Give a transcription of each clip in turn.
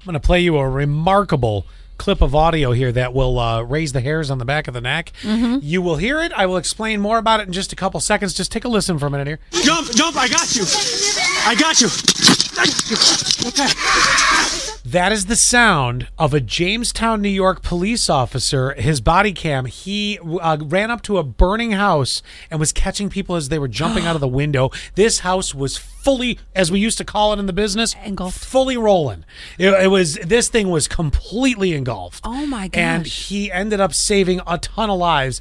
I'm going to play you a remarkable clip of audio here that will uh, raise the hairs on the back of the neck. You will hear it. I will explain more about it in just a couple seconds. Just take a listen for a minute here. Jump, jump, I got you. I got you. That is the sound of a Jamestown, New York police officer. His body cam, he uh, ran up to a burning house and was catching people as they were jumping out of the window. This house was fully, as we used to call it in the business, Engulfed. fully rolling. It, it was this thing was completely engulfed. Oh my And gosh. he ended up saving a ton of lives.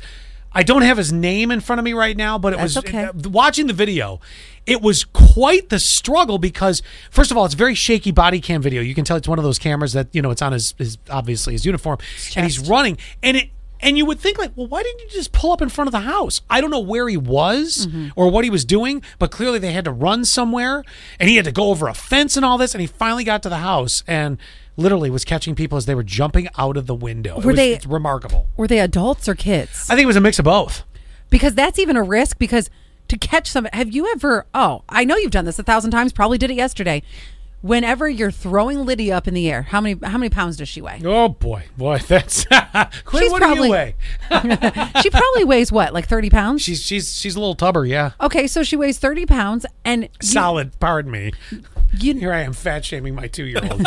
I don't have his name in front of me right now, but it That's was okay. uh, watching the video, it was quite the struggle because first of all, it's very shaky body cam video. You can tell it's one of those cameras that you know it's on his, his obviously his uniform, and he's running, and it and you would think like, well, why didn't you just pull up in front of the house? I don't know where he was Mm-hmm. or what he was doing, but clearly they had to run somewhere, and he had to go over a fence and all this, and he finally got to the house and literally was catching people as they were jumping out of the window. it Were was they- it's remarkable? Were they adults or kids? I think it was a mix of both. because that's even a risk because to catch some have you ever oh i know you've done this a thousand times probably did it yesterday whenever you're throwing liddy up in the air how many how many pounds does she weigh Oh boy, boy, that's Quinn. She's what do probably- you weigh? she probably weighs what like 30 pounds She's she's she's a little tubber, yeah. okay so she weighs 30 pounds and Solid. Pardon me. you, Here I am fat shaming my two year old.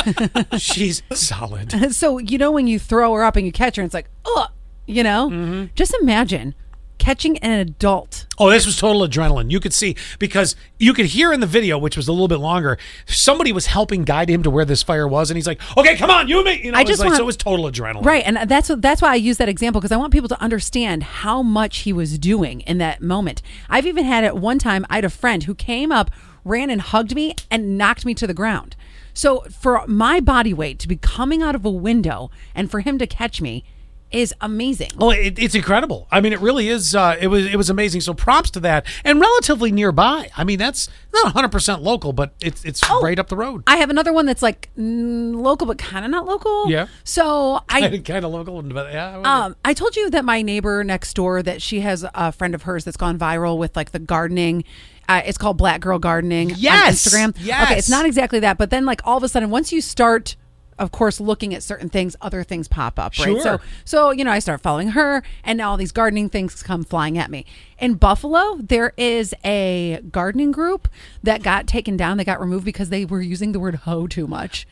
she's solid. you so you know when you throw her up and you catch her and it's like oh you know just imagine catching an adult Oh, this was total adrenaline. You could see because you could hear in the video, which was a little bit longer. Somebody was helping guide him to where this fire was, and he's like, "Okay, come on, you and me." You know, I it was just like, want- so it was total adrenaline. Right, and that's what that's why I use that example because I want people to understand how much he was doing in that moment. I've even had at one time I had a friend who came up, ran and hugged me and knocked me to the ground. So for my body weight to be coming out of a window and for him to catch me is amazing. Well, it, it's incredible. I mean, it really is. Uh, it was it was amazing. So props to that, and relatively nearby. I mean, that's not 100 percent local, but it's it's Oh. right up the road. I have another one that's like mm, local but kind of not local. Yeah. So I kind of local, but yeah. Um, I told you that my neighbor next door that she has a friend of hers that's gone viral with like the gardening. Uh, it's called Black Girl Gardening Yes! on Instagram. Yes! Okay, it's not exactly that, but then like all of a sudden, once you start, of course, looking at certain things, other things pop up, right? Sure. So, so you know, I start following her, and now all these gardening things come flying at me. In Buffalo, there is a gardening group that got taken down. They got removed because they were using the word "hoe" too much.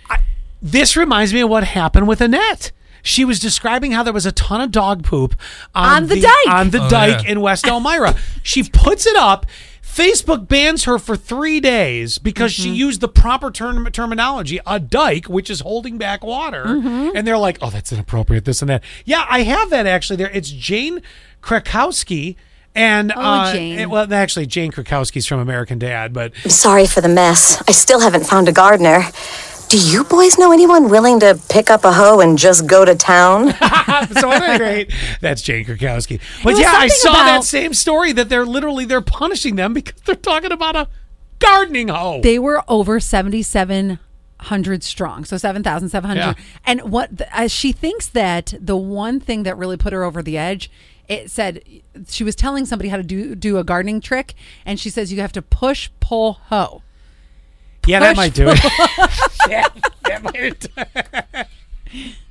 this reminds me of what happened with Annette. She was describing how there was a ton of dog poop on, On the dike. on the Oh, dike yeah. in West Elmira. she puts it up. Facebook bans her for three days because Mm-hmm. she used the proper term- terminology, a dike, which is holding back water. Mm-hmm. And they're like, "Oh, that's inappropriate. This and that." Yeah, I have that actually. There, it's Jane Krakowski, and uh, Oh, Jane. it- well, actually, Jane Krakowski's from American Dad, but I'm sorry for the mess. I still haven't found a gardener. Do you boys know anyone willing to pick up a hoe and just go to town? so at any rate, that's Jane Krakowski. But was yeah, I something saw that about- same story that they're literally they're punishing them because they're talking about a gardening hoe. they were over 7700 strong so 7700 Yeah. and what the, uh, she thinks that the one thing that really put her over the edge it said she was telling somebody how to do do a gardening trick and she says you have to push pull hoe yeah, that push- might do it. yeah, that might do it.